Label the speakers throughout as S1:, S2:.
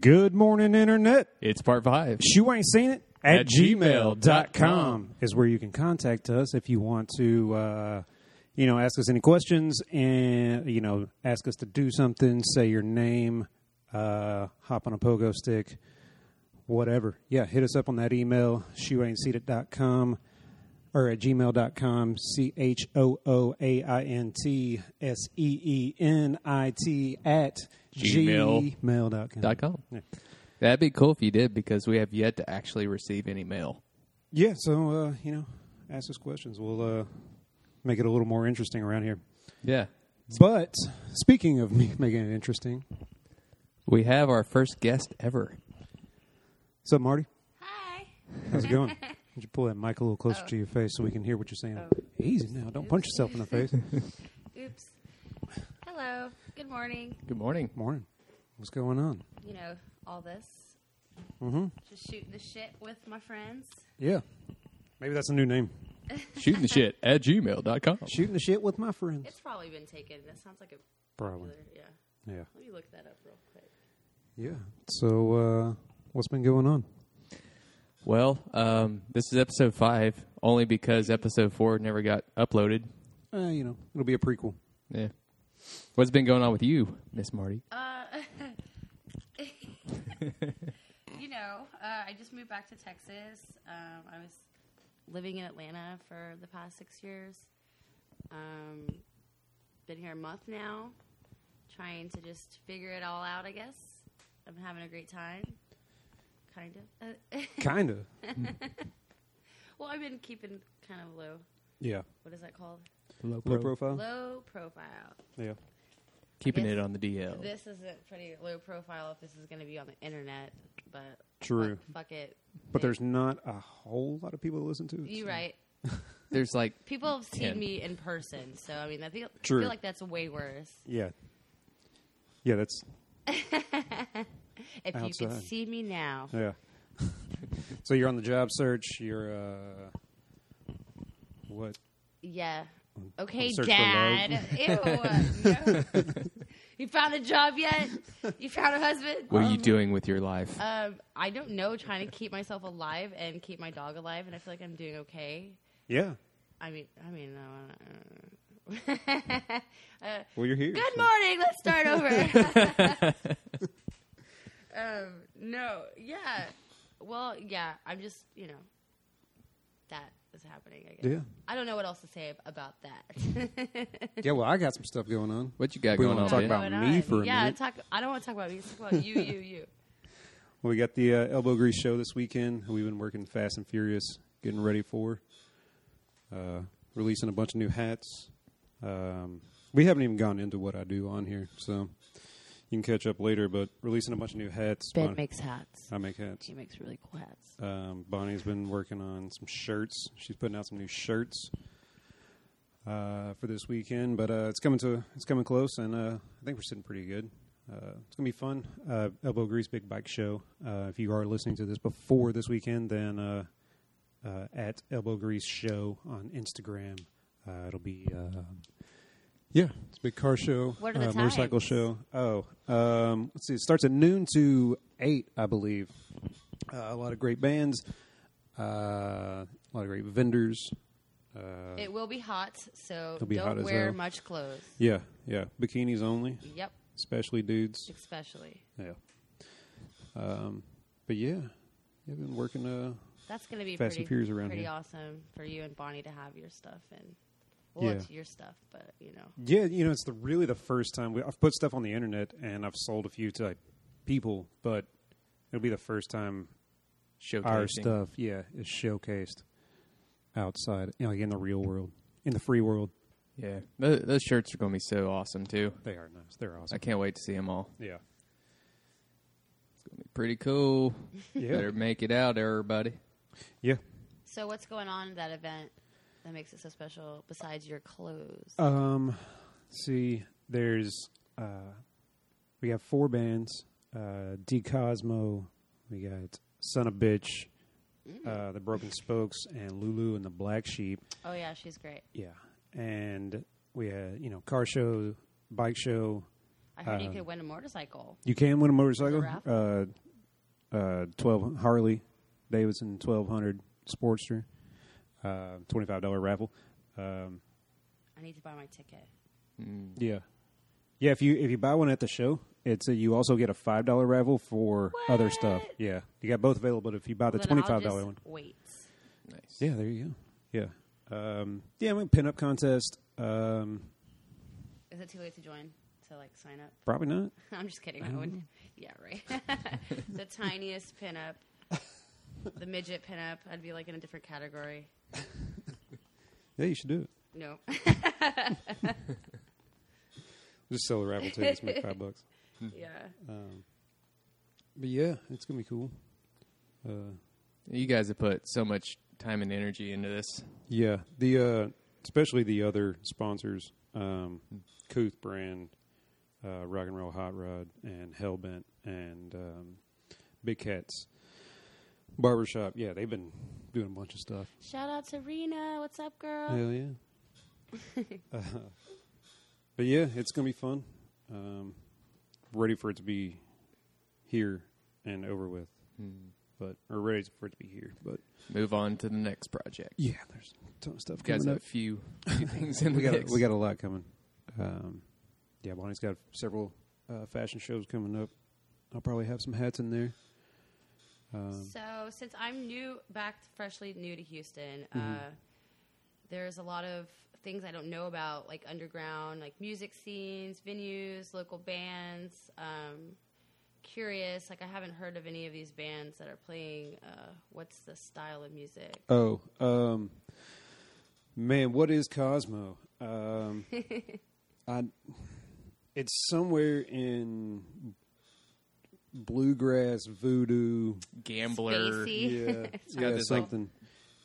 S1: Good morning, Internet.
S2: It's part five.
S1: You ain't seen it at,
S2: At
S1: gmail.com,
S2: gmail dot com.
S1: is where you can contact us if you want to, uh, you know, ask us any questions and, you know, ask us to do something, say your name, uh, hop on a pogo stick, whatever. Yeah, hit us up on that email, shoeaintseen.com or at gmail.com, C H O O A I N T S E E N I T at
S2: Gmail.
S1: gmail.com.
S2: Dot com.
S1: Yeah.
S2: That'd be cool if you did because we have yet to actually receive any mail.
S1: Yeah, so uh, you know, ask us questions. We'll uh, make it a little more interesting around here.
S2: Yeah.
S1: But speaking of me making it interesting,
S2: We have our first guest ever.
S1: what's up, Marty?
S3: Hi.
S1: How's it going? Would you pull that mic a little closer
S3: Oh.
S1: to your face so we can hear what you're saying? Easy now. Don't punch yourself in the face.
S3: Oops. Hello. Good morning.
S2: Good morning.
S1: Morning. What's going on?
S3: You know, all this. Mm-hmm. Just shooting the shit with my friends.
S1: Yeah. Maybe that's a new name.
S2: Shooting the shit at gmail.com.
S1: Shooting the shit with my friends.
S3: It's probably been taken. That sounds like a
S1: Probably.
S3: popular, yeah.
S1: Yeah.
S3: Let me look that up real quick.
S1: Yeah. So, uh, what's been going on?
S2: Well, um, this is episode five, only because episode four never got uploaded.
S1: Uh, you know, it'll be a prequel.
S2: Yeah. What's been going on with you, Miss Marty?
S3: Uh, You know, uh, I just moved back to Texas. Um, I was living in Atlanta for the past six years. Um, been here a month now, trying to just figure it all out, I guess. I'm having a great time. Kind of. Uh,
S1: Kind of.
S3: Well, I've been keeping kind of low.
S1: Yeah.
S3: What is that called?
S1: Low profile.
S3: Low profile.
S1: Yeah.
S2: Keeping
S3: Yes.
S2: it on the DL.
S3: This isn't pretty low profile if this is going to be on the internet, but
S1: True.
S3: fuck, fuck it.
S1: But there's not a whole lot of people to listen to. it,
S3: you
S1: so-
S3: right.
S2: There's like,
S3: People have seen
S2: Ten.
S3: me in person, so I mean, I feel,
S1: True.
S3: feel like that's way worse.
S1: Yeah. Yeah, that's
S3: If you
S1: Outside.
S3: could see me now,
S1: yeah. so you're on the job search, you're uh what?
S3: yeah. Okay,
S1: search for
S3: Dad. Ew. no. You found a job yet? You found a husband?
S2: what are you doing with your life?
S3: Um, I don't know. Trying to keep myself alive and keep my dog alive, and I feel like I'm doing okay.
S1: Yeah.
S3: I mean, I mean, no, I don't- uh,
S1: Well you're here.
S3: good
S1: so-
S3: morning. Let's start over. um, no, yeah. Well, yeah. I'm just, you know, that is happening. I guess.
S1: Yeah.
S3: I don't know what else to say ab- about that.
S1: Yeah, well I got some stuff going on.
S2: what you got
S1: We
S2: going
S1: wanna
S2: on?
S1: talk
S2: man?
S1: about
S3: Going
S1: me
S3: on.
S1: for a
S3: yeah,
S1: minute.
S3: Talk, I don't want to talk about me. Let's talk about you, you, you.
S1: Well, we got the uh, elbow grease show this weekend. We've been working fast and furious, getting ready for uh, releasing a bunch of new hats. Um, we haven't even gone into what I do on here, so you can catch up later. But releasing a bunch of new hats. Bonnie-
S3: Ben makes hats.
S1: I make hats.
S3: She makes really cool hats.
S1: Um, Bonnie's been working on some shirts. She's putting out some new shirts uh, for this weekend, but uh, it's coming to it's coming close, and uh, I think we're sitting pretty good. Uh, it's gonna be fun. Uh, Elbow Grease Big Bike Show. Uh, if you are listening to this before this weekend, then uh, uh, at Elbow Grease Show on Instagram, uh, it'll be. Uh, yeah, it's a big car show.
S3: What are the
S1: uh, motorcycle
S3: times?
S1: show? Oh, um, let's see. It starts at noon to eight, I believe. Uh, a lot of great bands, uh, a lot of great vendors. Uh,
S3: It will be hot, so
S1: It'll be
S3: don't
S1: hot as
S3: wear
S1: hell.
S3: much clothes.
S1: yeah, yeah, bikinis only,
S3: Yep,
S1: especially dudes.
S3: especially.
S1: Yeah. Um, but yeah, I've been working. Uh,
S3: That's going to be
S1: Fast and
S3: pretty,
S1: Furious around
S3: pretty
S1: here.
S3: awesome for you and Bonnie to have your stuff and well,
S1: Yeah.
S3: it's your stuff, but you know,
S1: yeah, you know, it's the really the first time we, I've put stuff on the internet and I've sold a few to like, people, but it'll be the first time our
S2: Showcasing.
S1: stuff, yeah, is showcased outside, you know, like in the real world, in the free world.
S2: Yeah. Those, those shirts are going to be so awesome, too.
S1: They are nice. They're awesome.
S2: I can't wait to see them all.
S1: Yeah.
S2: Pretty cool.
S1: Yeah.
S2: Better make it out, everybody.
S1: Yeah.
S3: so what's going on at that event that makes it so special besides your clothes?
S1: Um, see, there's uh, we got four bands: uh, D Cosmo, we got Son of Bitch, uh, the Broken Spokes, and Lulu and the Black Sheep.
S3: oh yeah, she's great.
S1: Yeah, and we had you know car show, bike show,
S3: I heard you
S1: Um,
S3: could win a motorcycle.
S1: You can win a motorcycle. Uh,
S3: raffle?
S1: uh, twelve Harley Davidson twelve hundred Sportster, uh, twenty five dollar raffle. Um,
S3: I need to buy my ticket.
S1: yeah, yeah. If you if you buy one at the show, it's a, you also get a five dollar raffle for other stuff.
S3: What?
S1: Yeah, you got both available. But if you buy the
S3: Well, then
S1: twenty
S3: I'll
S1: five dollar
S3: just
S1: one,
S3: Wait.
S2: Nice.
S1: yeah, there you go. Yeah, um, yeah. We pin up contest. Um,
S3: Is it too late to join? To like sign up?
S1: probably not.
S3: I'm just kidding. I
S1: Um,
S3: wouldn't. Yeah, right. the tiniest pinup, the midget pinup. I'd be like in a different category.
S1: Yeah, you should do it.
S3: No,
S1: Just sell the raffle tickets, make five bucks.
S3: yeah.
S1: But yeah, it's gonna be cool.
S2: You guys have put so much time and energy into this.
S1: Yeah, the uh, especially the other sponsors, um, Couth Brand, uh, Rock and Roll Hot Rod, and Hellbent, and um, Big Cats Barbershop. Yeah, they've been doing a bunch of stuff.
S3: Shout out to Rena. What's up, girl?
S1: Hell yeah. Uh, but yeah, it's gonna be fun. Um, ready for it to be here and over with, Hmm. but or ready for it to be here. But
S2: Move on to the next project. You
S1: yeah, there's a ton of stuff
S2: guys
S1: coming
S2: have
S1: up.
S2: a few, few things in the
S1: we got
S2: mix.
S1: we got a lot coming. Um, yeah, Bonnie's got several uh, fashion shows coming up. I'll probably have some hats in there. Um,
S3: So since I'm new, back freshly new to Houston,
S1: Mm-hmm.
S3: uh, there's a lot of things I don't know about, like underground, like music scenes, venues, local bands. Um, curious, like I haven't heard of any of these bands that are playing. Uh, what's the style of music?
S1: Oh, um, man, what is Cosmo? Um, I, it's somewhere in bluegrass voodoo.
S2: Gambler.
S3: Spacey.
S1: Yeah,
S2: got
S1: yeah
S2: this, like,
S1: something.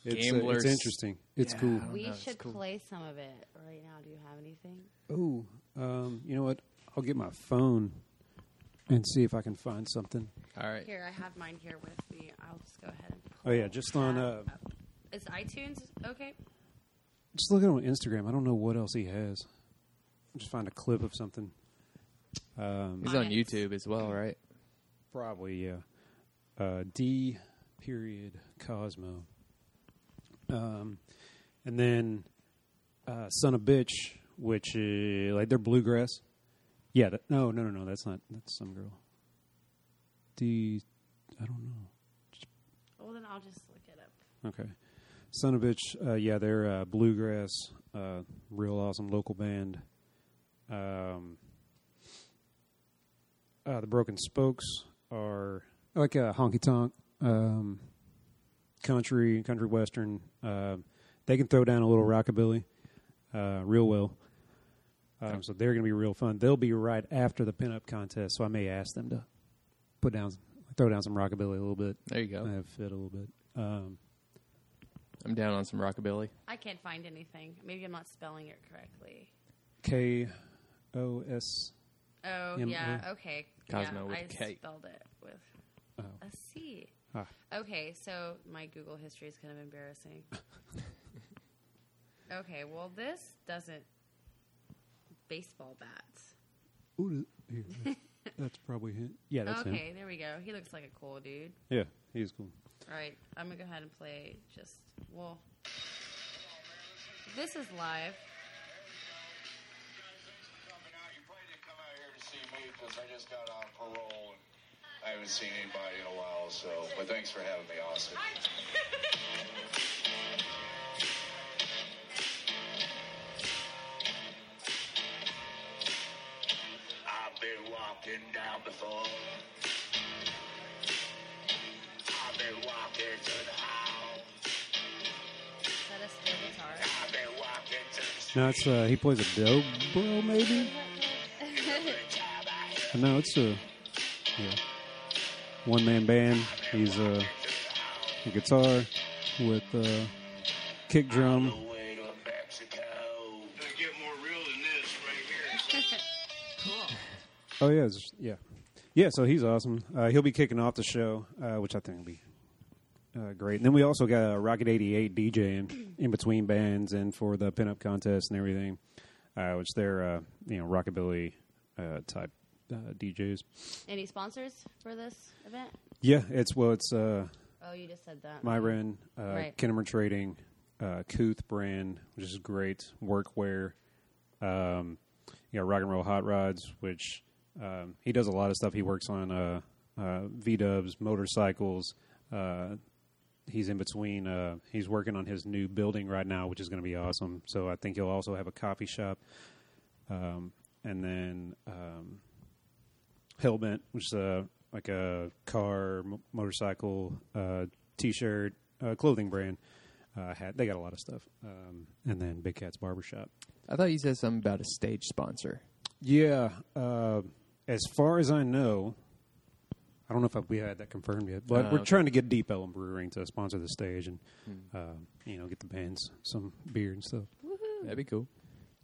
S1: It's, uh,
S2: gambler's-
S1: it's interesting. Oh, It's
S2: Yeah.
S1: cool.
S3: We
S2: no, it's
S3: should
S2: cool.
S3: play some of it right now. Do you have anything?
S1: Oh, um, you know what? I'll get my phone and see if I can find something.
S2: All right.
S3: Here, I have mine here with me. I'll just go ahead and.
S1: Oh yeah, just on uh,
S3: that up. Is iTunes okay?
S1: just look at on Instagram. I don't know what else he has. Just find a clip of something.
S2: He's on
S3: Onyx.
S2: YouTube as well, right?
S1: Probably yeah. Uh, D period Cosmo. Um, and then uh, Son of Bitch, which is like they're bluegrass. Yeah, that, no, no, no, no. That's not. That's some girl. D, I don't know.
S3: Well, then I'll just look it up.
S1: Okay. Son of Bitch, uh, yeah, they're uh, bluegrass, uh, real awesome local band. Um, uh, the Broken Spokes are like a honky tonk, um, country, country western. Uh, they can throw down a little rockabilly uh, real well. Um, so they're going to be real fun. They'll be right after the pinup contest, so I may ask them to put down, throw down some rockabilly a little bit.
S2: There you go.
S1: I have fit a little bit. Um,
S2: I'm down on some rockabilly.
S3: I can't find anything. Maybe I'm not spelling it correctly.
S1: K O S.
S3: Oh
S1: M-
S3: yeah,
S1: O.
S3: okay.
S2: Cosmo
S3: yeah,
S2: with
S3: I
S2: a K.
S3: spelled it with
S1: Oh.
S3: a C.
S1: Ah.
S3: Okay, so my Google history is kind of embarrassing. okay, well this doesn't baseball bats.
S1: Ooh, th- here, that- that's probably him. Yeah, that's
S3: okay,
S1: him.
S3: there we go. He looks like a cool dude.
S1: Yeah, he's cool.
S3: All right, I'm gonna go ahead and play. Just well, this is live.
S4: coming out. You probably didn't come out here to see me because I just got on parole and I haven't seen anybody in a while. So, but thanks for having me, Austin. I've been walking down before. I've been walking to the house.
S3: Is that a steel guitar?
S4: I've been walking to the street.
S1: No, it's uh, he plays a dobro maybe. No, it's a yeah. one man band. He's uh, a guitar with uh, kick drum.
S4: The way to Mexico.
S5: Doesn't get more real than this right here.
S3: cool.
S1: Oh yeah, it's just- yeah, yeah. So he's awesome. Uh, he'll be kicking off the show, uh, which I think will be uh, great. And then we also got uh, Rocket eighty eight DJ in, in between bands and for the pinup contest and everything, uh, which they're uh, you know rockabilly uh, type uh, DJs.
S3: Any sponsors for this event?
S1: Yeah, it's well, it's uh,
S3: Oh, you just said that.
S1: Myron, uh,
S3: Right.
S1: Kinnamer Trading, uh, Cooth Brand, which is great workwear. Um, you got Rock and Roll Hot Rods, which um, he does a lot of stuff. He works on uh, uh, V Dubs, motorcycles. Uh, he's in between. Uh, he's working on his new building right now, which is going to be awesome. So I think he'll also have a coffee shop. Um, and then um, Hellbent, which is a like a car, m- motorcycle, uh, t-shirt, uh, clothing brand. Uh, hat. They got a lot of stuff. Um, and then Big Cat's Barbershop.
S2: I thought you said something about a stage sponsor.
S1: Yeah. Uh, as far as I know, I don't know if I, we had that confirmed yet, but
S2: Uh,
S1: we're
S2: okay.
S1: trying to get Deep Ellum Brewing to sponsor the stage and um, you know get the bands some beer and stuff.
S2: That'd be cool.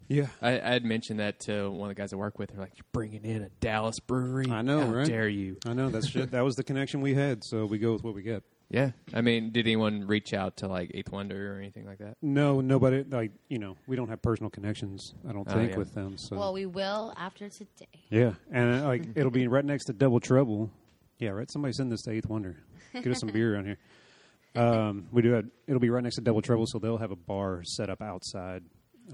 S1: Yeah.
S2: I, I had mentioned that to one of the guys I work with. They're like, "You're bringing in a Dallas brewery?
S1: I know,
S2: How
S1: right?
S2: Dare you?
S1: I know that's that was the connection we had, so we go with what we get.
S2: Yeah. I mean, did anyone reach out to like Eighth Wonder or anything like that?
S1: No, nobody. Like you know, we don't have personal connections. I don't
S2: Oh,
S1: think
S2: yeah.
S1: with them. So
S3: Well, we will after today.
S1: yeah, and uh, like it'll be right next to Double Trouble. Yeah, right. Somebody send this to Eighth Wonder. Get us some beer around here. Um, we do. Have, it'll be right next to Double Trouble, so they'll have a bar set up outside.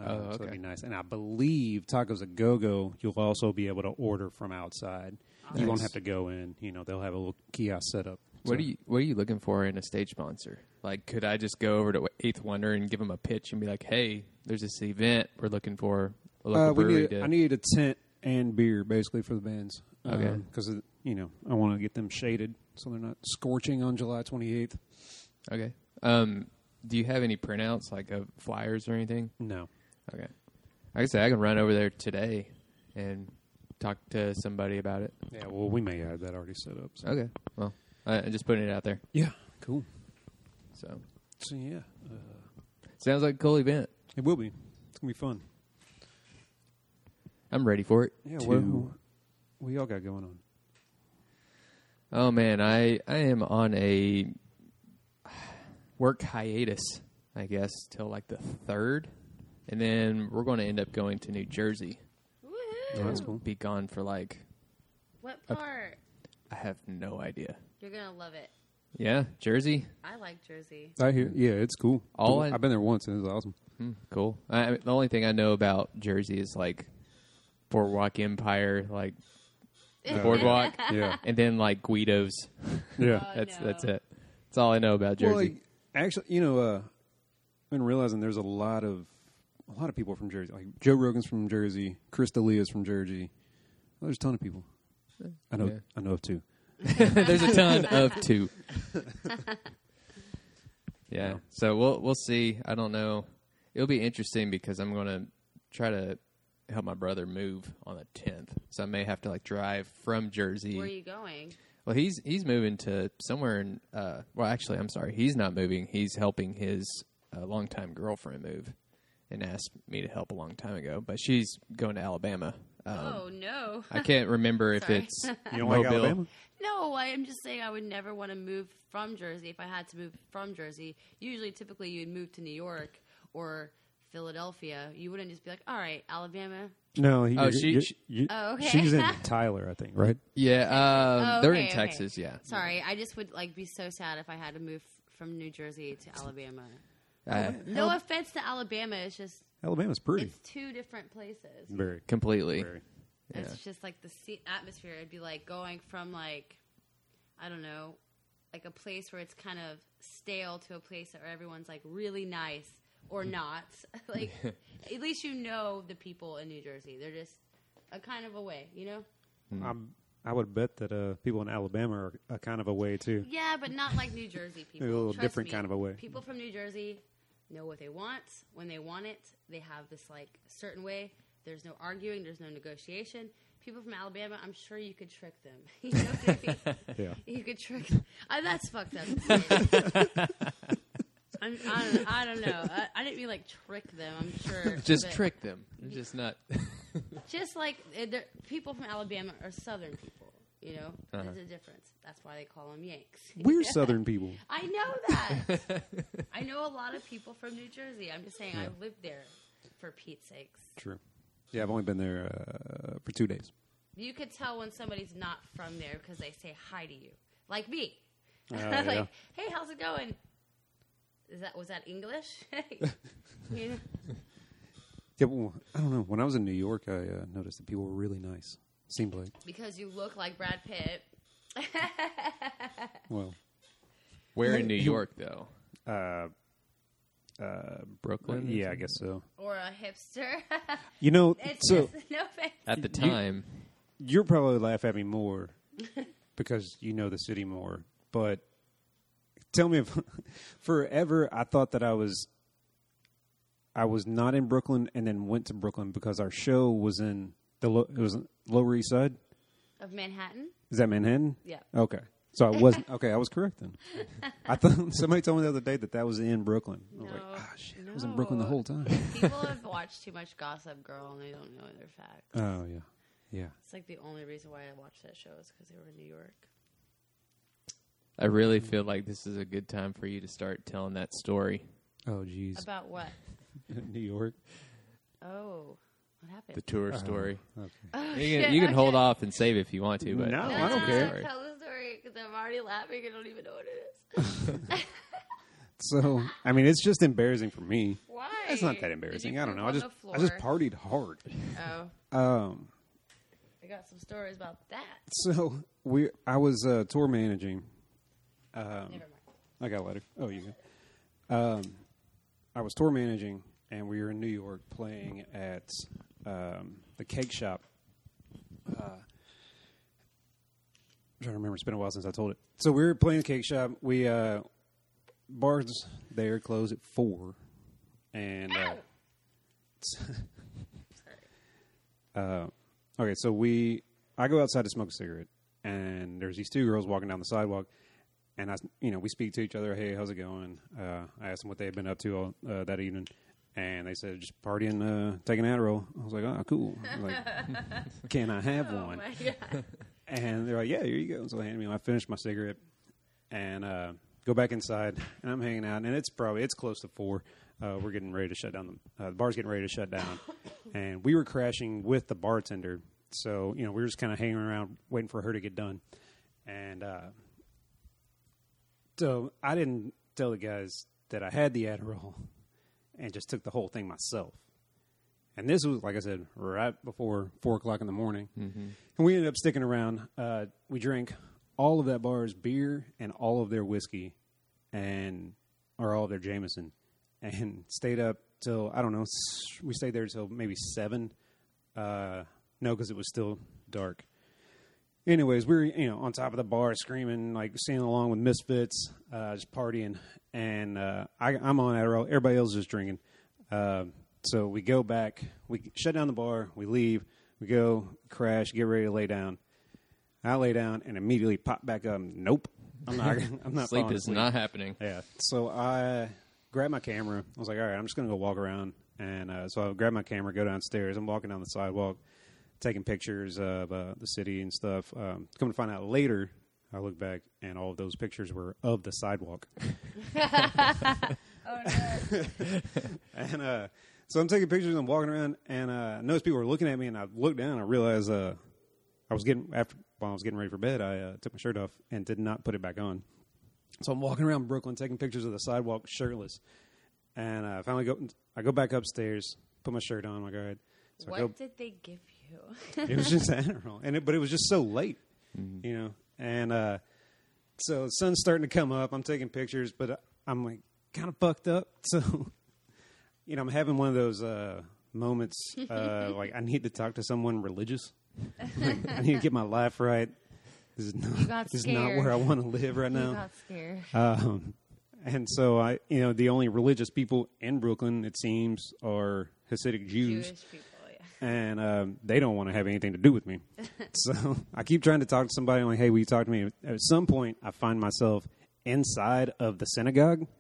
S1: Uh,
S2: Oh,
S1: So that'd
S2: okay.
S1: be nice. And I believe Tacos a Go Go. You'll also be able to order from outside. You won't
S2: Nice.
S1: have to go in. You know, they'll have a little kiosk set up.
S2: What
S1: So-
S2: are you What are you looking for in a stage sponsor? Like, could I just go over to Eighth Wonder and give them a pitch and be like, "Hey, there's this event we're looking for a local
S1: Uh, we
S2: brewery
S1: need,
S2: to
S1: I need a tent and beer basically for the bands.
S2: Okay.
S1: Because, you know, I want to get them shaded so they're not scorching on July 28th.
S2: Okay. Um, do you have any printouts like of flyers or anything?
S1: No.
S2: Okay. Like I said, I can run over there today and talk to somebody about it.
S1: Yeah, well, we may have that already set up. So.
S2: Okay. Well, I, I'm just putting it out there.
S1: Yeah, cool.
S2: So
S1: So, yeah, uh,
S2: sounds like a cool event.
S1: it will be. It's going to be fun.
S2: I'm ready for it.
S1: Yeah,
S2: to-
S1: well, we all got going on.
S2: Oh man, I I am on a work hiatus, I guess, till like the third, and then we're going to end up going to New Jersey.
S3: Woohoo!
S1: Oh, that's cool.
S2: Be gone for like
S3: What part?
S2: I have no idea.
S3: You're gonna love it.
S2: Yeah, Jersey.
S3: I like Jersey.
S1: I hear. Yeah, it's cool.
S2: All I-
S1: I've been there once and it's awesome.
S2: Hmm, cool. I, I mean, the only thing I know about Jersey is like Boardwalk Empire, like the boardwalk,
S1: yeah.
S2: and then like Guido's.
S1: Yeah.
S3: Oh,
S2: That's
S3: no.
S2: that's it. That's all I know about Jersey.
S1: Well, like, actually, you know, uh, I've been realizing there's a lot of a lot of people from Jersey. Like Joe Rogan's from Jersey, Chris D'Elia's from Jersey. Well, there's a ton of people. I know.
S2: Yeah.
S1: I know of two.
S2: There's a ton of two. yeah. So we'll we'll see. I don't know. It'll be interesting because I'm going to try to help my brother move on the 10th. So I may have to like drive from Jersey.
S3: Where are you going?
S2: Well, he's he's moving to somewhere in. Uh, well, actually, I'm sorry, he's not moving. He's helping his uh, longtime girlfriend move, and asked me to help a long time ago. But she's going to Alabama. Um,
S3: oh no.
S2: I can't remember if
S3: Sorry.
S2: it's
S1: You don't
S2: Mobile.
S1: like Alabama?
S3: No, I am just saying I would never want to move from Jersey if I had to move from Jersey. Usually, typically, you'd move to New York or Philadelphia. You wouldn't just be like, all right, Alabama.
S1: No.
S2: Oh, you- she- you- she-
S3: Oh, okay.
S1: She's in Tyler, I think, right?
S2: Yeah, um,
S3: Oh,
S2: they're
S3: okay,
S2: in
S3: okay.
S2: Texas. Yeah,
S3: Sorry, I just would like be so sad if I had to move from New Jersey to Alabama.
S2: Uh,
S3: No offense to Alabama, it's just
S1: Alabama's pretty.
S3: it's two different places.
S1: very.
S2: completely.
S1: Very.
S3: It's just like the se- atmosphere. It'd be like going from like, I don't know, like a place where it's kind of stale to a place where everyone's like really nice or
S1: Hmm.
S3: not. like, at least you know the people in New Jersey. They're just a kind of a way, you know?
S1: I'm, I would bet that uh, people in Alabama are a kind of a way too.
S3: Yeah, but not like New Jersey people.
S1: A little
S3: Trust
S1: different
S3: me.
S1: kind of a way.
S3: People from New Jersey know what they want when they want it. They have this like certain way. There's no arguing. There's no negotiation. People from Alabama, I'm sure you could trick them. you, know, Goofy?
S1: Yeah.
S3: you could trick. Uh, that's fucked up. I'm- I, don't, I don't know. I, I didn't mean like trick them. I'm sure.
S2: Just
S3: but
S2: trick them. They're just not.
S3: Just like uh, they're- people from Alabama are Southern people. You know,
S2: Uh-huh.
S3: there's a difference. That's why they call them Yanks.
S1: We're Southern people.
S3: I know that. I know a lot of people from New Jersey. I'm just saying I lived there for Pete's sakes.
S1: True. Yeah, I've only been there uh, for two days.
S3: You could tell when somebody's not from there because they say hi to you, like me.
S1: Oh,
S3: like,
S1: yeah.
S3: hey, how's it going? Is that was that English? You-
S1: Yeah, well, I don't know. When I was in New York, I uh, noticed that people were really nice. Seemed like
S3: because you look like Brad Pitt.
S1: well,
S2: Where in New York though?
S1: uh,
S2: Brooklyn.
S1: yeah, I guess so.
S3: or a hipster.
S1: You know,
S3: it's
S1: so
S3: just no offense.
S2: At the
S1: You-
S2: time,
S1: you'll probably laugh at me more because you know the city more. But tell me, if forever I thought that I was, I was not in Brooklyn, and then went to Brooklyn because our show was in the lo- it was Lower East Side.
S3: Of Manhattan?
S1: Is that Manhattan?
S3: Yeah.
S1: Okay. So I wasn't okay. I was correct then. I thought somebody told me the other day that that was in Brooklyn. I was like,
S3: No.
S1: ah, shit, I was in Brooklyn the
S3: No.
S1: whole time.
S3: People have watched too much Gossip Girl and they don't know their facts.
S1: oh yeah, yeah.
S3: It's like the only reason why I watched that show is because they were in New York.
S2: I really feel like this is a good time for you to start telling that story.
S1: Oh geez,
S3: About what?
S1: New York.
S3: Oh, what happened?
S2: The tour story.
S1: Uh-huh.
S3: Oh,
S1: Okay.
S2: you can, you can hold off and save if you want to, but
S1: No,
S2: tell
S1: I don't
S2: the
S1: care.
S2: story.
S3: Tell the story because I'm already laughing. I don't even know what it is.
S1: So I mean, it's just embarrassing for me.
S3: Why?
S1: It's not
S3: Did
S1: that
S3: you
S1: embarrassing. I don't
S3: poop
S1: know. I
S3: on
S1: just
S3: the floor?
S1: I just partied hard.
S3: Oh,
S1: Um.
S3: I got some stories about that.
S1: So we I was uh, tour managing um,
S3: Never mind.
S1: I got a letter. Oh, you go. Um, I was tour managing, and we were in New York playing at um, the Cake Shop. Uh, I'm trying to remember. It's been a while since I told it. So we were playing the Cake Shop. We uh, bars there close at four, and uh, uh, Okay, so we I go outside to smoke a cigarette, and there's these two girls walking down the sidewalk, and I, you know, we speak to each other. Hey, how's it going? Uh, I asked them what they had been up to all, uh, that evening, and they said just partying, uh, taking Adderall. I was like, oh, cool. I was like, Can I have one?
S3: Oh my god.
S1: And they're like, "Yeah, here you go." So they hand me. one. I finish my cigarette and uh, go back inside, and I'm hanging out. And it's probably it's close to four. Uh, we're getting ready to shut down. The, uh, the bar's getting ready to shut down, and we were crashing with the bartender. So you know, we were just kind of hanging around, waiting for her to get done. And uh, so I didn't tell the guys that I had the Adderall, and just took the whole thing myself. And this was, like I said, right before four o'clock in the morning. And we ended up sticking around. Uh, we drank all of that bar's beer and all of their whiskey, and or all of their Jameson, and stayed up till I don't know. s- We stayed there till maybe seven. Uh, no, because it was still dark. Anyways, we were you know on top of the bar screaming, like singing along with Misfits, uh, just partying, and uh, I, I'm on Adderall. Everybody else is just drinking. Uh, so we go back, we shut down the bar, we leave, we go crash, get ready to lay down. I lay down and immediately pop back up. Nope, I'm not. I'm not
S2: Sleep
S1: falling
S2: is
S1: asleep.
S2: not happening.
S1: Yeah. So I grabbed my camera. I was like, all right, I'm just going to go walk around. And uh, so I grabbed my camera, go downstairs. I'm walking down the sidewalk, taking pictures of uh, the city and stuff. Um, come to find out later, I look back and all of those pictures were of the sidewalk.
S3: Oh no.
S1: And uh, so I'm taking pictures. I'm walking around, and uh, I noticed people were looking at me. And I looked down. And I realized uh, I was getting after while I was getting ready for bed. I uh, took my shirt off and did not put it back on. So I'm walking around Brooklyn taking pictures of the sidewalk shirtless. And I finally go. I go back upstairs, put my shirt on. I'm like, oh. all right. So I
S3: what
S1: go,
S3: did they give you?
S1: it was just Adderall, and it, but it was just so late,
S3: Mm-hmm.
S1: you know. And uh, so the sun's starting to come up. I'm taking pictures, but uh, I'm like kind of fucked up. So, you know, I'm having one of those uh, moments uh, like I need to talk to someone religious. Like, I need to get my life right. This is
S3: got
S1: not, this is not
S3: scared.
S1: where I want to live right now.
S3: You got scared.
S1: Um, and so I, you know, the only religious people in Brooklyn, it seems, are Hasidic Jews
S3: Jewish people. Yeah.
S1: and um, they don't want to have anything to do with me. so I keep trying to talk to somebody. Like, hey, will you talk to me? At some point, I find myself inside of the synagogue.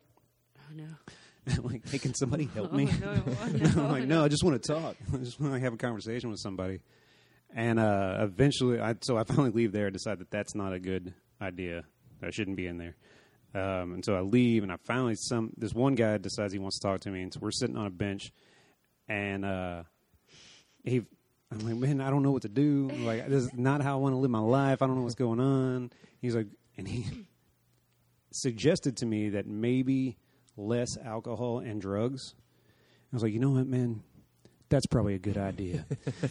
S3: Oh no.
S1: I'm like, hey, can somebody help me?
S3: Oh, no, oh, no.
S1: I'm like, no, I just want to talk. I just want to have a conversation with somebody. And uh, eventually, I, so I finally leave there. I decide that that's not a good idea. that I shouldn't be in there. Um, and so I leave, and I finally some this one guy decides he wants to talk to me, and so we're sitting on a bench, and uh, he I'm like, man, I don't know what to do. Like, this is not how I want to live my life. I don't know what's going on. He's like, and he suggested to me that maybe less alcohol and drugs. I was like, you know what, man, that's probably a good idea.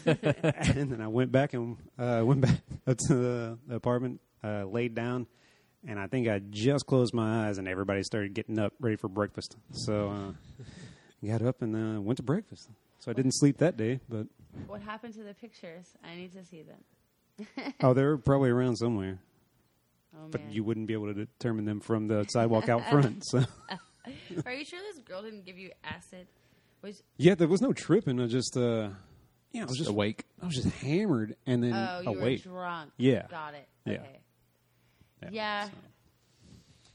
S1: and then I went back and uh, went back up to the apartment, uh, laid down, and I think I just closed my eyes, and everybody started getting up ready for breakfast. So uh, I got up and uh, went to breakfast. So I didn't sleep that day, but
S3: What happened to the pictures? I need to see them.
S1: oh, they're probably around somewhere.
S3: Oh,
S1: But
S3: man.
S1: you wouldn't be able to determine them from the sidewalk out front. So
S3: Are you sure this girl didn't give you acid? Was
S1: yeah, there was no tripping. I just uh, yeah, I was just
S2: awake.
S1: I was just hammered and then
S3: oh, you
S1: awake.
S3: were drunk.
S1: Mm, Yeah.
S3: Got it.
S1: Yeah.
S3: Okay. Yeah.
S1: so-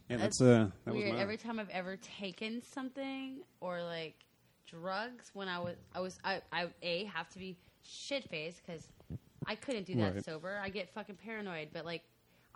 S1: yeah, that's uh, that was
S3: Weird.
S1: my
S3: Every time I've ever taken something or like drugs, when I was, I was, I, I a have to be shit faced because I couldn't do that
S1: Right.
S3: sober. I get fucking paranoid. But like,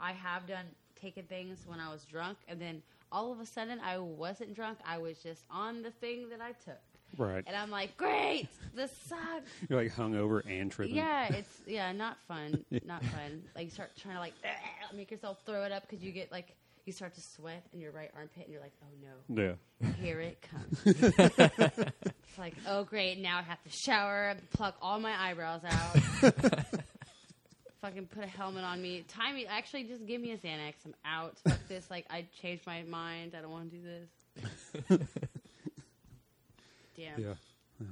S3: I have done taken things when I was drunk, and then all of a sudden I wasn't drunk. I was just on the thing that I took,
S1: right.
S3: and I'm like, great, this sucks.
S1: You're like hungover and tripping.
S3: Yeah, it's yeah, not fun. Not fun. Like you start trying to like make yourself throw it up because you get like you start to sweat in your right armpit and you're like, oh no,
S1: Yeah.
S3: here it comes. it's like, oh great, now I have to shower, pluck all my eyebrows out, fucking put a helmet on me, tie me. Actually, just give me a Xanax. I'm out. Fuck this. Like I changed my mind. I don't want to do this. Damn,
S1: Yeah.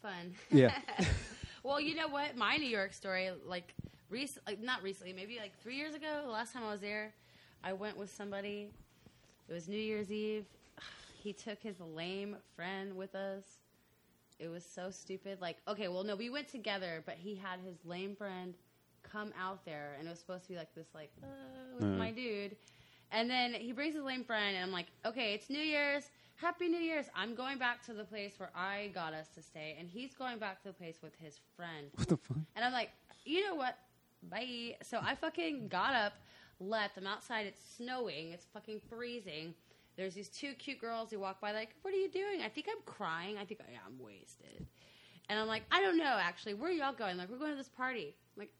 S3: fun.
S1: Yeah.
S3: Well, you know what? My New York story, like, rec- like not recently, maybe like three years ago, the last time I was there, I went with somebody. It was New Year's Eve. He took his lame friend with us. It was so stupid. Like, okay, well, no, we went together, but he had his lame friend come out there, and it was supposed to be like this, like, uh, with
S1: Mm.
S3: my dude. And then he brings his lame friend, and I'm like, okay, it's New Year's. Happy New Year's. I'm going back to the place where I got us to stay, and he's going back to the place with his friend.
S1: What the fuck?
S3: And I'm like, you know what? Bye. So I fucking got up, left. I'm outside. It's snowing. It's fucking freezing. There's these two cute girls who walk by. Like, what are you doing? I think I'm crying. I think yeah, I'm wasted. And I'm like, I don't know. Actually, where are y'all going? Like, we're going to this party. I'm like,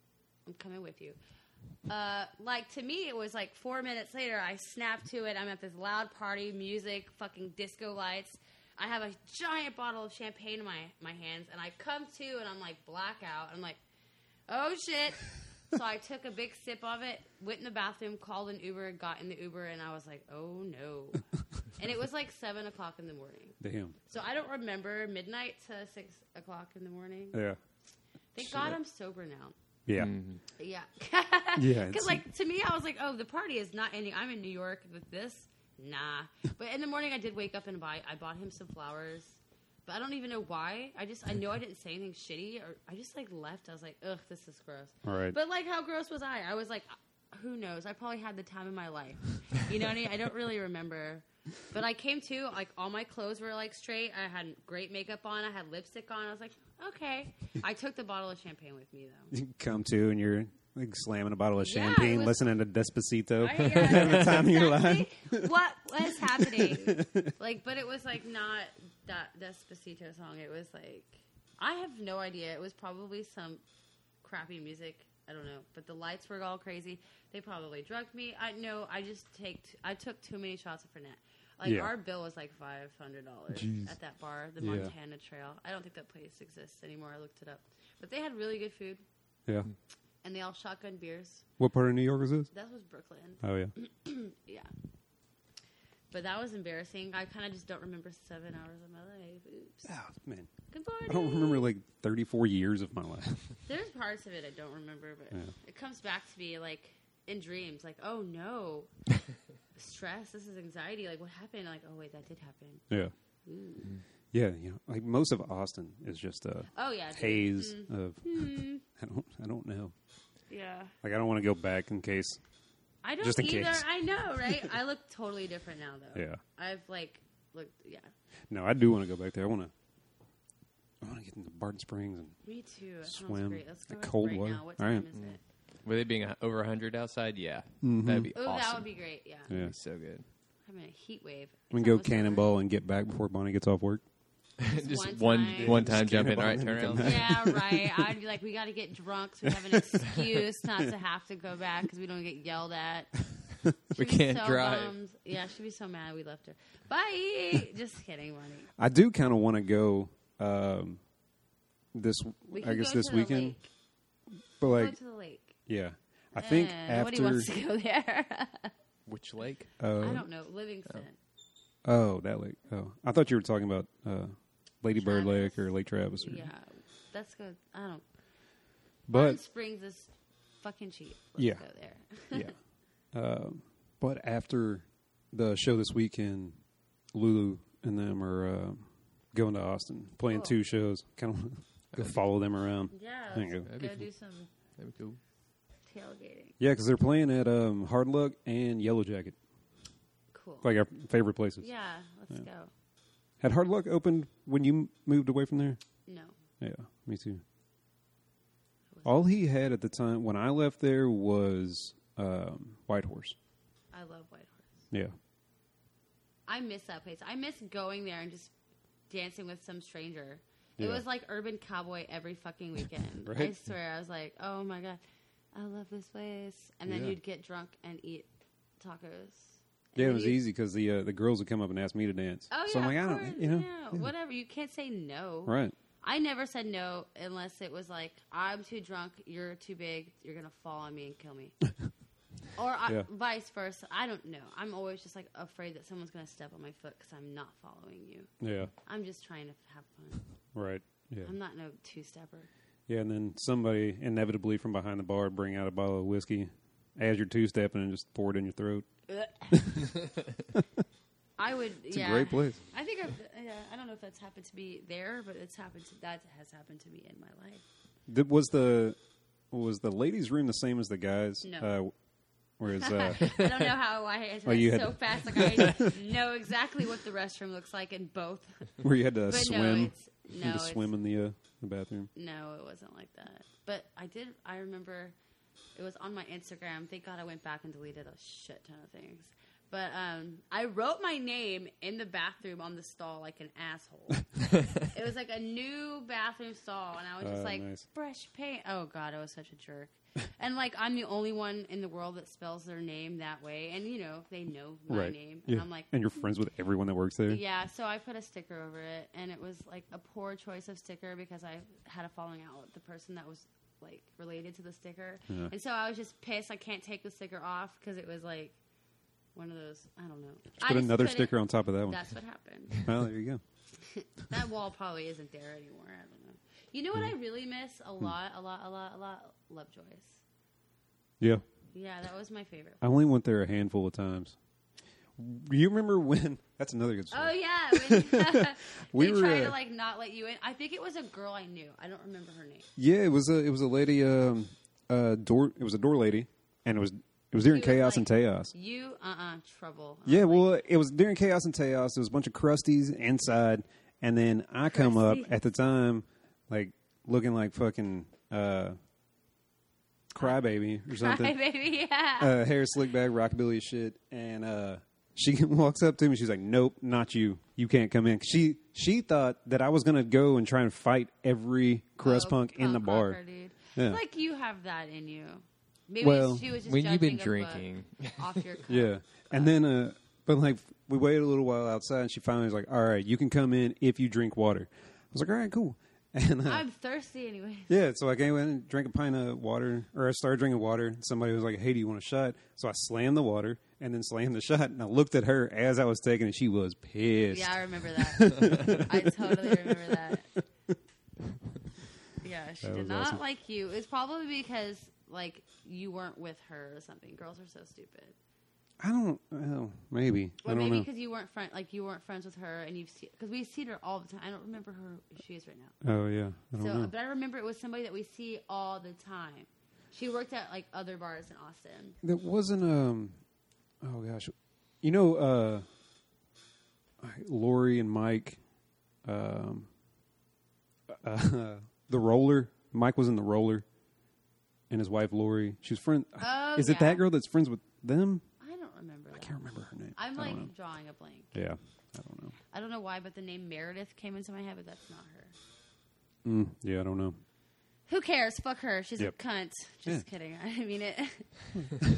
S3: I'm coming with you. Uh, like to me, it was like four minutes later. I snap to it. I'm at this loud party, music, fucking disco lights. I have a giant bottle of champagne in my my hands, and I come to, and I'm like blackout. I'm like, oh shit. so I took a big sip of it, went in the bathroom, called an Uber, got in the Uber, and I was like, oh no. and it was like seven o'clock in the morning.
S1: Damn.
S3: So I don't remember midnight to six o'clock in the morning.
S1: Yeah.
S3: Thank God I'm sober now.
S1: Yeah.
S3: Yeah.
S1: Yeah, it's-
S3: Because, like, to me, I was like, oh, the party is not ending. I'm in New York with this. Nah. But in the morning, I did wake up and buy, I bought him some flowers. But I don't even know why. I just, I know I didn't say anything shitty or I just, like, left. I was like, ugh, this is gross.
S1: All right.
S3: But, like, how gross was I? I was like, who knows? I probably had the time of my life. You know what I mean? I don't really remember. But I came to, like, all my clothes were, like, straight. I had great makeup on. I had lipstick on. I was like, okay. I took the bottle of champagne with me, though.
S1: You come to and you're like slamming a bottle of
S3: Yeah,
S1: champagne,
S3: it was-
S1: listening to Despacito.
S3: Right? Yeah, that's
S1: time of your
S3: exactly What was happening? like, but it was like not that Despacito song. It was like I have no idea. It was probably some crappy music. I don't know. But the lights were all crazy. They probably drugged me. I know. I just take. T- I took too many shots of Fernet. Like
S1: Yeah.
S3: our bill was like five hundred dollars at that bar, the
S1: Yeah.
S3: Montana Trail. I don't think that place exists anymore. I looked it up, but they had really good food
S1: Yeah.
S3: and they all shotgun beers.
S1: What part of New York is this?
S3: That was Brooklyn.
S1: Oh yeah.
S3: Yeah. But that was embarrassing. I kind of just don't remember seven hours of my life. Oops.
S1: Oh, man,
S3: Good morning.
S1: I don't remember like 34 years of my life.
S3: There's parts of it I don't remember, but
S1: Yeah.
S3: it comes back to me like in dreams. Like, oh no, stress. This is anxiety. Like, what happened? Like, oh wait, that did happen.
S1: Yeah. Yeah, you know, like most of Austin is just uh, a
S3: Oh yeah. dude.
S1: haze of I don't I don't know.
S3: Hmm. Yeah.
S1: Like I don't want to go back in case.
S3: I don't
S1: Just in
S3: either.
S1: case.
S3: I know, right? I look totally different now, though.
S1: Yeah.
S3: I've like looked. Yeah.
S1: No, I do want to go back there. I want to. I want to get into Barton Springs and
S3: Me too. That sounds
S1: Swim.
S3: great. Let's
S1: The
S3: go out
S1: cold
S3: right
S1: water.
S3: now. What
S1: All right.
S3: time is it?
S2: With it being uh, over 100 outside, yeah. That'd be
S3: Oh,
S2: awesome.
S3: that would be great. Yeah.
S1: Mm-hmm. yeah,
S2: That'd be so good.
S3: I'm in a heat wave.
S1: we can
S3: It's
S1: go
S3: almost summer.
S1: cannonball and get back before Bonnie gets off work.
S2: Just
S3: one
S2: one
S3: time.
S2: one time
S1: Scan
S2: jumping.
S1: it
S2: All right,
S1: on
S2: turn
S1: and come
S2: around.
S1: back.
S3: Yeah, right. I'd be like, we got to get drunk so we have an excuse not to have to go back because we don't get yelled at.
S2: We
S3: She'd be
S2: can't
S3: so
S2: drive.
S3: bummed. Yeah, she'd be so mad we left her. Bye. Just kidding, Ronnie.
S1: I do kind of want to go um, this.
S3: We
S1: I
S3: could
S1: guess
S3: go
S1: this
S3: to the
S1: weekend,
S3: lake.
S1: but like,
S3: go to the lake.
S1: yeah, I think
S3: Uh, nobody
S1: after.
S3: wants to go there.
S2: Which lake?
S3: I
S1: Uh,
S3: don't know Livingston.
S1: oh, that lake. Oh, I thought you were talking about uh, Lady Bird
S3: Travis.
S1: Lake or Lake Travis. Or,
S3: Yeah, that's good. I don't.
S1: but
S3: Palm Springs is fucking cheap. Let's
S1: Yeah.
S3: go there.
S1: yeah. Um, but after the show this weekend, Lulu and them are uh, going to Austin, playing
S3: Cool.
S1: two shows. Kind of go follow them around.
S3: Yeah,
S1: There you
S3: let's
S1: go.
S2: That'd be
S3: go
S2: fun.
S3: do some
S2: There we go.
S3: tailgating.
S1: Yeah, because they're playing at um, Hard Luck and Yellow Jacket,
S3: Cool.
S1: like our favorite places.
S3: yeah, let's go.
S1: Had Hard Luck opened when you m- moved away from there?
S3: No,
S1: Yeah, me too. All he had at the time when I left there was um, White Horse.
S3: I love White Horse.
S1: Yeah,
S3: I miss that place. I miss going there and just dancing with some stranger. It
S1: Yeah.
S3: was like urban cowboy every fucking weekend. I
S1: Right?
S3: swear, I was like, oh my god, I love this place. And then
S1: Yeah.
S3: you'd get drunk and eat tacos. And
S1: yeah, it
S3: then
S1: was
S3: you'd-
S1: easy because the uh, the girls would come up and ask me to dance.
S3: Oh yeah,
S1: so I'm like,
S3: of
S1: I
S3: course,
S1: don't, you know,
S3: yeah, whatever. You can't say no.
S1: right?
S3: I never said no unless it was like I'm too drunk, you're too big, you're gonna fall on me and kill me, or I,
S1: Yeah.
S3: vice versa. I don't know. I'm always just like afraid that someone's gonna step on my foot because I'm not following you.
S1: Yeah,
S3: I'm just trying to have fun.
S1: right. Yeah,
S3: I'm not no two stepper.
S1: yeah. And then somebody inevitably from behind the bar would bring out a bottle of whiskey as you're two stepping and just pour it in your throat.
S3: I would.
S2: It's
S3: yeah.
S2: a great place.
S3: I think. I've, yeah, I don't know if that's happened to me there, but it's happened to that has happened to me in my life.
S1: Th- was the was the ladies' room the same as the guys?
S3: No.
S1: Uh, whereas uh,
S3: I don't know how I answered
S1: Oh, you
S3: that
S1: had
S3: so
S1: to-
S3: fast. Like I know exactly what the restroom looks like in both.
S1: where you had to
S3: But no,
S1: swim,
S3: it's-
S1: you had
S3: no,
S1: to
S3: it's-
S1: swim in the uh, the bathroom.
S3: No, it wasn't like that. But I did. I remember it was on my Instagram. Thank God I went back and deleted a shit ton of things. But um, I wrote my name in the bathroom on the stall like an asshole. it was like a new bathroom stall, and I was just
S1: Oh,
S3: like
S1: nice.
S3: fresh paint. Oh God, I was such a jerk. and like I'm the only one in the world that spells their name that way, and you know they know my name, and
S1: yeah.
S3: I'm like,
S1: and you're friends with everyone that works there.
S3: yeah, so I put a sticker over it, and it was like a poor choice of sticker because I had a falling out with the person that was like related to the sticker,
S1: Yeah.
S3: and so I was just pissed. I can't take the sticker off because it was like one of those I don't know. I
S1: Put
S3: just
S1: another
S3: couldn't-
S1: sticker on top of that one.
S3: That's what happened.
S1: Well, there you go.
S3: that wall probably isn't there anymore. I don't know. You know what I really miss
S1: Hmm.
S3: a lot, a lot, a lot, a lot. Lovejoy's.
S1: Yeah,
S3: Yeah, that was my favorite.
S1: I only went there a handful of times. You remember when? That's another good story.
S3: Oh yeah, when,
S1: We
S3: they
S1: were,
S3: tried to
S1: uh,
S3: like not let you in. I think it was a girl I knew. I don't remember her name.
S1: Yeah, it was a it was a lady um uh door it was a door lady and it was it was during
S3: She was
S1: chaos and
S3: like-
S1: chaos.
S3: You uh uh trouble. And I
S1: Yeah,
S3: was
S1: well, it was during chaos and chaos. There was a bunch of crusties inside, and then I come up
S3: Crusty.
S1: at the time like looking like fucking uh crybaby or
S3: like,
S1: something.
S3: "Hi, baby, yeah.
S1: Uh, hair slick back, rockabilly shit, and uh, she walks up to me. She's like, "Nope, not you. You can't come in." She she thought that I was gonna go and try and fight every crust
S3: Oh,
S1: punk, in the
S3: punk
S1: bar.
S3: rocker, dude.
S1: Yeah.
S3: Like you have that in you. Maybe
S1: Well,
S3: she was just
S2: when you've been
S3: judging a book
S2: drinking.
S3: off your cup.
S1: Yeah. And then, uh, but like, we waited a little while outside, and she finally was like, all right, you can come in if you drink water. I was like, all right, cool. And uh,
S3: I'm thirsty anyway.
S1: yeah, so like, I went and drank a pint of water, or I started drinking water. And somebody was like, hey, do you want a shot? So I slammed the water and then slammed the shot, and I looked at her as I was taking it. She was pissed.
S3: Yeah, I remember that. I totally remember that. Yeah, she
S1: That
S3: did
S1: was
S3: not
S1: awesome.
S3: like you. It's probably because like you weren't with her or something. Girls are so stupid.
S1: I don't, well, maybe.
S3: Or
S1: I don't
S3: maybe
S1: know.
S3: because you weren't friend, like you weren't friends with her, and you've seen because we see her all the time. I don't remember her who she is right now.
S1: Oh, yeah. I don't
S3: So,
S1: know.
S3: but I remember it was somebody that we see all the time. She worked at like other bars in Austin.
S1: That wasn't um oh gosh. You know uh Lori and Mike um uh, the roller. Mike was in the roller and his wife Lori. She was friend
S3: Oh,
S1: Is it
S3: yeah.
S1: that girl that's friends with them?
S3: I don't remember. That.
S1: I can't remember her name.
S3: I'm
S1: I don't
S3: like
S1: know.
S3: drawing a blank.
S1: Yeah. I don't know.
S3: I don't know why, but the name Meredith came into my head, but that's not her.
S1: Mm, yeah, I don't know.
S3: Who cares? Fuck her. She's
S1: Yep.
S3: a cunt.
S1: Yeah.
S3: Just kidding. I mean it.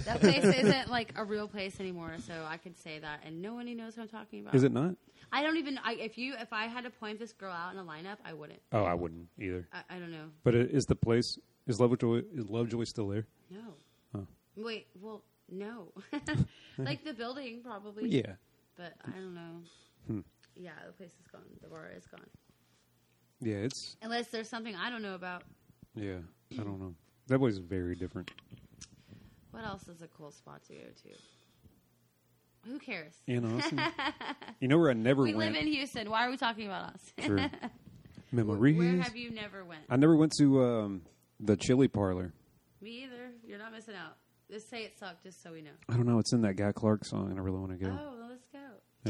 S3: that place isn't like a real place anymore, so I could say that, and no one knows what I'm talking about.
S1: Is it not?
S3: I don't even. I, if you, if I had to point this girl out in a lineup, I wouldn't.
S1: Oh, I wouldn't either.
S3: I, I don't know.
S1: But i- is the place is Lovejoy is Lovejoy still there?
S3: No. Wait. Well, no. like the building, probably. But I don't know.
S1: Hmm.
S3: Yeah, the place is gone. The bar is gone.
S1: yeah, it's
S3: Unless there's something I don't know about.
S1: yeah. I don't know. That was very different.
S3: What else is a cool spot to go to? Who cares?
S1: And Austin, you know where I never
S3: We
S1: went.
S3: live in Houston. Why are we talking about us?
S1: Sure. Memories.
S3: Where have you never went?
S1: I never went to um, the Chili Parlor.
S3: Me either. You're not missing out. Just say it sucked, just so we know.
S1: I don't know. It's in that Guy Clark song, and I really want to go.
S3: Oh, well, let's go.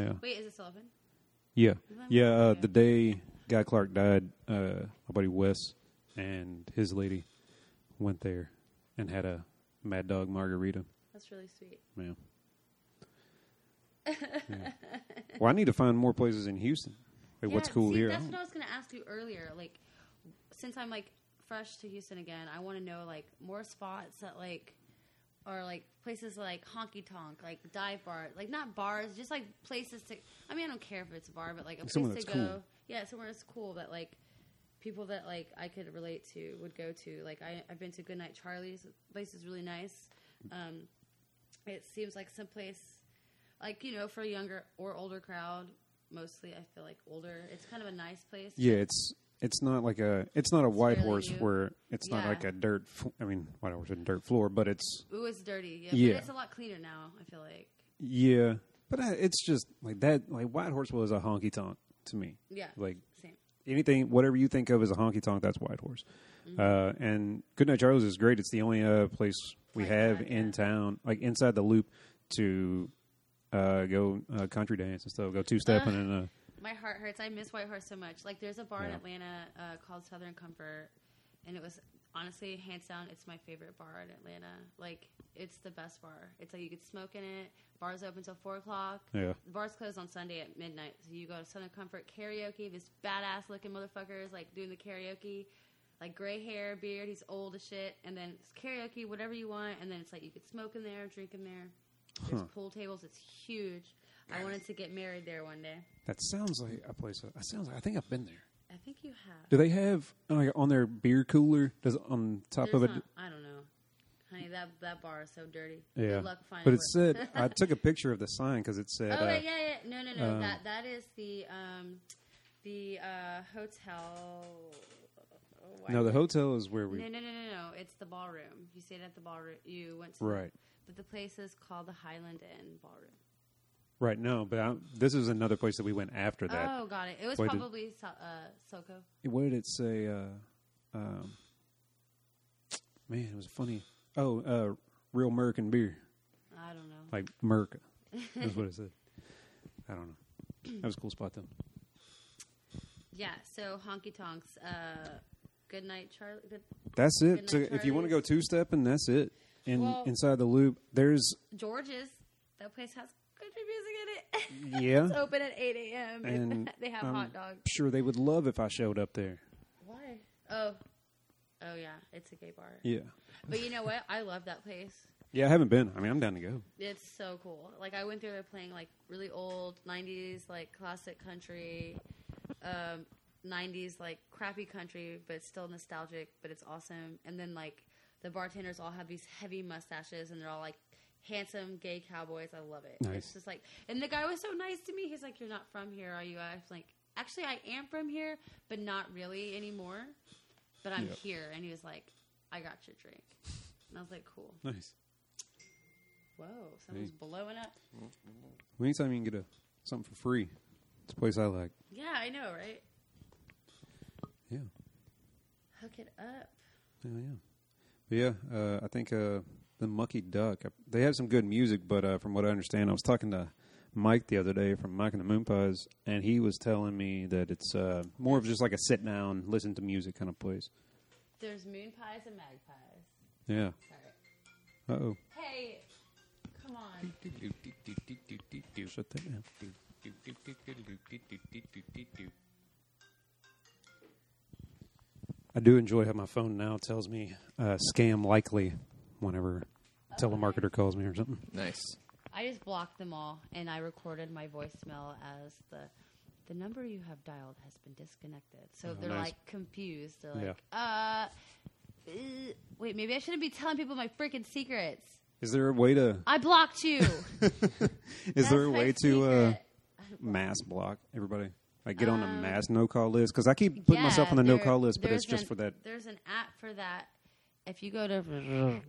S1: Yeah.
S3: Wait, is it still open?
S1: Yeah,
S3: Let me
S1: yeah. Uh,
S3: see.
S1: the day Guy Clark died, uh, my buddy Wes and his lady went there and had a Mad Dog margarita.
S3: That's really sweet.
S1: Yeah. Yeah. Well, I need to find more places in Houston. Like, what's
S3: Yeah,
S1: cool
S3: see,
S1: here? I
S3: That's
S1: don't-
S3: what I was going to ask you earlier. Like, since I'm like fresh to Houston again, I want to know like more spots that like are like places like honky tonk, like dive bar, like not bars, just like places to. I mean, I don't care if it's a bar, but like a
S1: Somewhere
S3: place to
S1: that's
S3: go.
S1: cool.
S3: Yeah, somewhere that's cool that like people that like I could relate to would go to. Like I, I've been to Goodnight Charlie's. The place is really nice. Um, it seems like someplace like you know for a younger or older crowd mostly i feel like older it's kind of a nice place
S1: yeah, it's it's not like a it's not a white
S3: really
S1: horse
S3: you.
S1: where it's not
S3: Yeah.
S1: like a dirt. F- I mean, white horse and dirt floor, but it's
S3: it was dirty yeah,
S1: Yeah.
S3: but it's a lot cleaner now i feel like
S1: yeah. But I, it's just like that. Like white horse was a honky tonk to me.
S3: yeah
S1: Like
S3: same
S1: anything, whatever you think of as a honky tonk, that's White Horse.
S3: Mm-hmm.
S1: Uh, and Goodnight Charlie's is great. It's the only uh, place we
S3: Like
S1: have
S3: that,
S1: in
S3: yeah.
S1: town, like inside the loop, to uh, go uh, country dance and stuff. Go two stepping and uh,
S3: my heart hurts i miss whitehorse so much like there's a bar in
S1: Yeah.
S3: atlanta uh, called southern comfort and it was honestly hands down it's my favorite bar in atlanta like it's the best bar it's like you could smoke in it bars open till four o'clock
S1: yeah,
S3: The bar's closed on Sunday at midnight, so you go to Southern Comfort karaoke. This badass looking motherfucker is like doing the karaoke, like gray hair, beard. He's old as shit. And then it's karaoke, whatever you want. And then it's like you could smoke in there, drink in there. There's pool tables. It's huge. I wanted to get married there one day.
S1: that sounds like a place. That sounds like I think I've been there.
S3: I think you have.
S1: Do they have like on their beer cooler? Does on top of
S3: There's
S1: it?
S3: not- I don't know, honey. That that bar is so dirty.
S1: Yeah,
S3: Good luck finding.
S1: but it
S3: one.
S1: said I took a picture of the sign because it said
S3: Oh
S1: uh,
S3: yeah, yeah, yeah. No, no, no.
S1: um,
S3: that that is the um, the uh, hotel. oh, I
S1: no, the
S3: can't-
S1: hotel is where we
S3: No, no, no, no, no. It's the ballroom. You stayed at the ballroom. You went to
S1: right.
S3: but the place is called the Highland Inn Ballroom.
S1: Right, no, but I, this is another place that we went after that.
S3: Oh, got it. It was
S1: Wait, did-
S3: probably so, uh, Soco.
S1: what did it say? Uh, um, man, it was funny. Oh, uh, real American beer,
S3: I don't know.
S1: like Merca. That's what it said. I don't know. That was a cool spot though.
S3: Yeah. So honky tonks. Uh, good night, Charlie. Good,
S1: That's
S3: Good
S1: it. So
S3: night,
S1: if you want to go
S3: Charlie's.
S1: two stepping, that's it. And
S3: Well-
S1: inside the loop, there's
S3: George's. That place has country music in it.
S1: yeah.
S3: it's open at eight a.m.
S1: and um,
S3: they have
S1: I'm
S3: hot dogs.
S1: Sure, they would love if I showed up there.
S3: Why? Oh. Oh yeah, it's a gay bar.
S1: Yeah,
S3: But you know what? I love that place.
S1: yeah. I haven't been. I mean, I'm down to go.
S3: It's so cool. Like I went through there playing like really old '90s like classic country, um, '90s like crappy country, but it's still nostalgic. But it's awesome. And then like the bartenders all have these heavy mustaches, and they're all like handsome gay cowboys. I love it.
S1: Nice.
S3: It's just like, and the guy was so nice to me. He's like, "You're not from here, are you?" I was like, "Actually, I am from here, but not really anymore. But I'm
S1: Yep.
S3: here." And he was like, "I got your drink." And I was like, "Cool."
S1: Nice.
S3: Whoa, someone's blowing up.
S1: Well, anytime you can get a something for free, it's a place I like.
S3: Yeah, I know, right?
S1: Yeah.
S3: Hook it up.
S1: Yeah, yeah. But yeah, uh, I think uh, the Mucky Duck. uh, They have some good music, but uh, from what I understand, I was talking to Mike the other day from Mike and the Moon Pies, and he was telling me that it's uh, more of just like a sit down, listen to music kind of place.
S3: There's moon pies and magpies.
S1: Yeah.
S3: Sorry.
S1: Uh oh.
S3: Hey, come on.
S1: Shut that down. I do enjoy how my phone now tells me uh, scam likely whenever a telemarketer calls me or something.
S2: Nice.
S3: I just blocked them all, and I recorded my voicemail as the the number you have dialed has been disconnected. So they're
S1: Oh, nice.
S3: like confused. They're like, uh, uh, wait, maybe I shouldn't be telling people my freaking secrets.
S1: Is there a way to?
S3: I blocked you.
S1: Is there a
S3: That's my
S1: way to uh,
S3: secret. Um,
S1: mass block everybody? Like get on a mass no call list because I keep putting
S3: Yeah,
S1: myself on the no
S3: there-
S1: call list, but
S3: there's
S1: it's just
S3: an-
S1: for that.
S3: There's an app for that. If you go to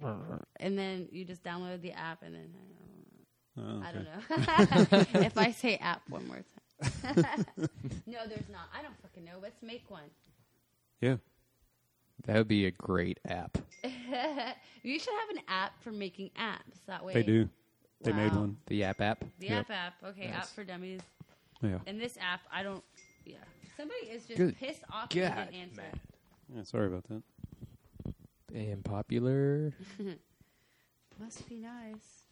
S3: and then you just download the app and then
S1: Oh,
S3: I don't know. I don't know. if I say app one more time. no, there's not. I don't fucking know. Let's make one.
S1: Yeah,
S2: That would be a great app.
S3: You should have an app for making apps. That way
S1: they do. They made
S3: Wow.
S1: one.
S2: The app app.
S3: The
S1: Yep.
S3: app app. Okay, app
S2: Nice.
S3: for dummies.
S1: Yeah,
S3: And this app, I don't. Yeah. Somebody is just
S2: Good
S3: pissed off that
S2: God,
S3: they didn't answer.
S2: man.
S1: yeah. Sorry about that.
S2: And popular.
S3: Must be nice.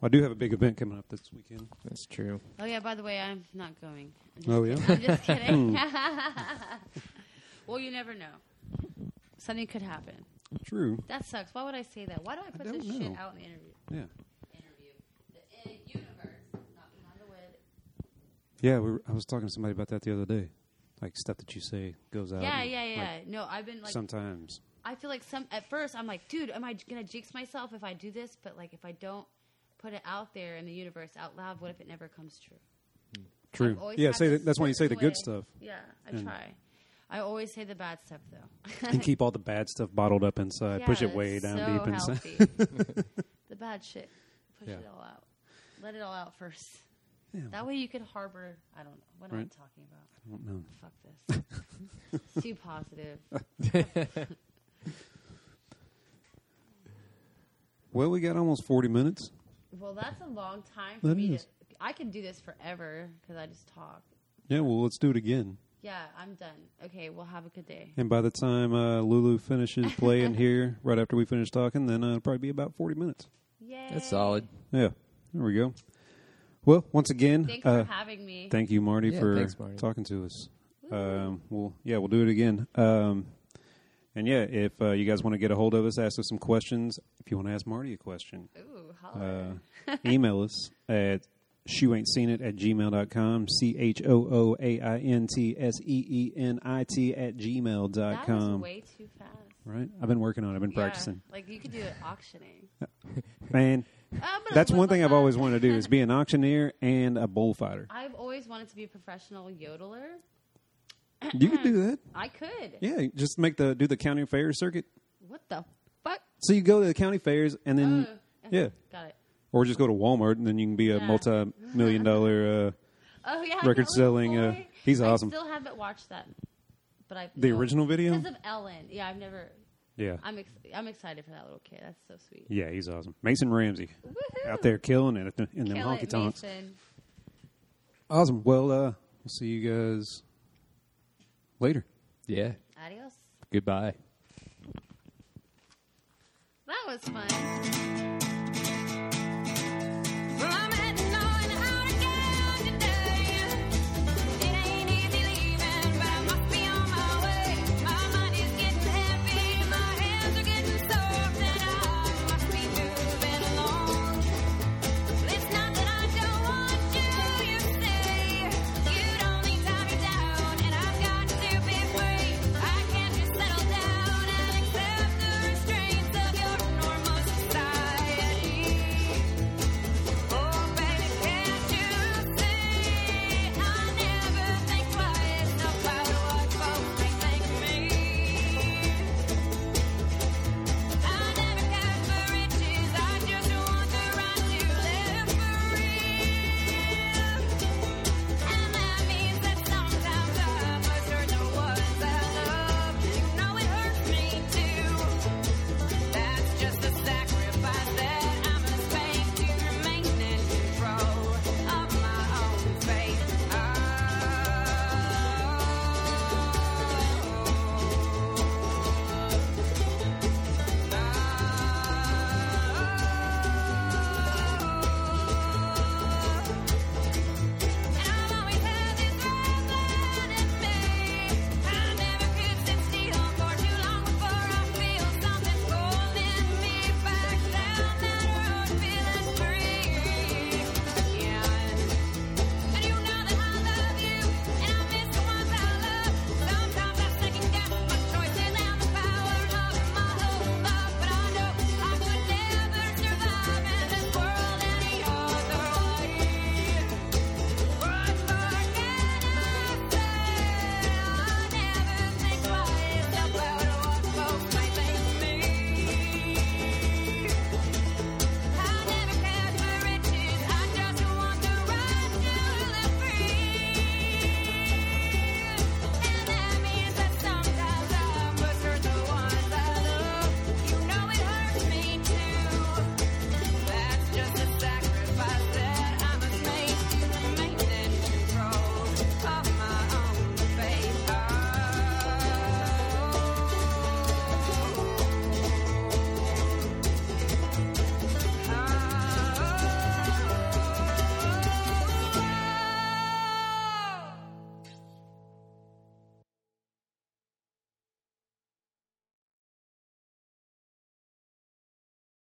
S1: Well, I do have a big event coming up this weekend.
S2: That's true.
S3: Oh yeah. By the way, I'm not going. I'm just
S1: Oh yeah.
S3: I'm just kidding.
S1: Hmm.
S3: well, you never know. Something could happen.
S1: True.
S3: That sucks. Why would I say that? Why do I put
S1: don't
S3: this shit
S1: know.
S3: out in the interview?
S1: Yeah.
S3: Interview. The uh, universe. Knocking on the wood.
S1: Yeah. We were, I was talking to somebody about that the other day. Like stuff that you say goes out.
S3: Yeah,
S1: and,
S3: yeah, yeah.
S1: like,
S3: no, I've been like,
S1: sometimes.
S3: I feel like some. At first, I'm like, dude, am I j- gonna jinx myself if I do this? But like, if I don't put it out there in the universe out loud, what if it never comes true?
S1: True.
S3: I've always
S1: Yeah.
S3: had
S1: Say
S3: this
S1: that. That's why you say the
S3: certain way.
S1: good stuff
S3: Yeah, I
S1: And-
S3: try. I always say the bad stuff though.
S1: and keep all the bad stuff bottled up inside. Push it way down deep inside.
S3: inside. the bad shit. Push
S1: Yeah.
S3: it all out. Let it all out first.
S1: Yeah.
S3: That way you could harbor. I don't know. What am I
S1: Right.
S3: talking about?
S1: I don't know.
S3: Fuck this. It's too positive.
S1: Well, we got almost forty minutes.
S3: Well, that's a long time for
S1: That
S3: me.
S1: is.
S3: To, I can do this forever because I just talk.
S1: Yeah. Well, let's do it again.
S3: Yeah, I'm done. Okay, well, have a good day.
S1: And by the time uh, Lulu finishes playing here, right after we finish talking, then uh, it'll probably be about 40 minutes.
S3: Yay.
S2: That's solid.
S1: Yeah, there we go. Well, once again,
S3: Thanks
S1: uh,
S3: for having me.
S1: thank you, Marty,
S2: Yeah,
S1: for
S2: thanks, Marty.
S1: talking to us. Um, we'll, yeah, we'll do it again. Um, and yeah, if uh, you guys want to get a hold of us, ask us some questions. If you want to ask Marty a question,
S3: Ooh,
S1: uh,
S3: holler.
S1: email us at shoe ain't seen it at gmail.com E c-h-o-o-a-i-n-t-s-e-e-n-i-t at gmail dot
S3: that was
S1: com.
S3: way too fast.
S1: right i've been working on it i've been
S3: Yeah,
S1: practicing
S3: like you could do it auctioning.
S1: man
S3: Ah, but
S1: that's
S3: I
S1: one
S3: love
S1: thing i've
S3: that.
S1: always wanted to do is be an auctioneer and a bullfighter
S3: I've always wanted to be a professional yodeler. Uh-huh.
S1: you could do that
S3: I could.
S1: yeah you just make the do the county fair circuit
S3: What the fuck?
S1: so you go to the county fairs and then
S3: Oh,
S1: Mm. yeah
S3: Got it.
S1: or just go to walmart and then you can be a
S3: Yeah.
S1: multi-million dollar uh,
S3: Oh yeah.
S1: Record
S3: Ellen
S1: selling, uh,
S3: Foy.
S1: he's awesome.
S3: I still haven't watched that, but I
S1: the original video
S3: because of Ellen. Yeah, I've never.
S1: yeah
S3: I'm ex- I'm excited for that little kid. That's so sweet.
S1: yeah he's awesome mason ramsey
S3: Woohoo!
S1: out there killing it in them
S3: Kill
S1: honky
S3: it,
S1: tonks
S3: Mason.
S1: awesome well uh we'll see you guys later
S2: Yeah.
S3: Adios.
S2: Goodbye.
S3: That was fun.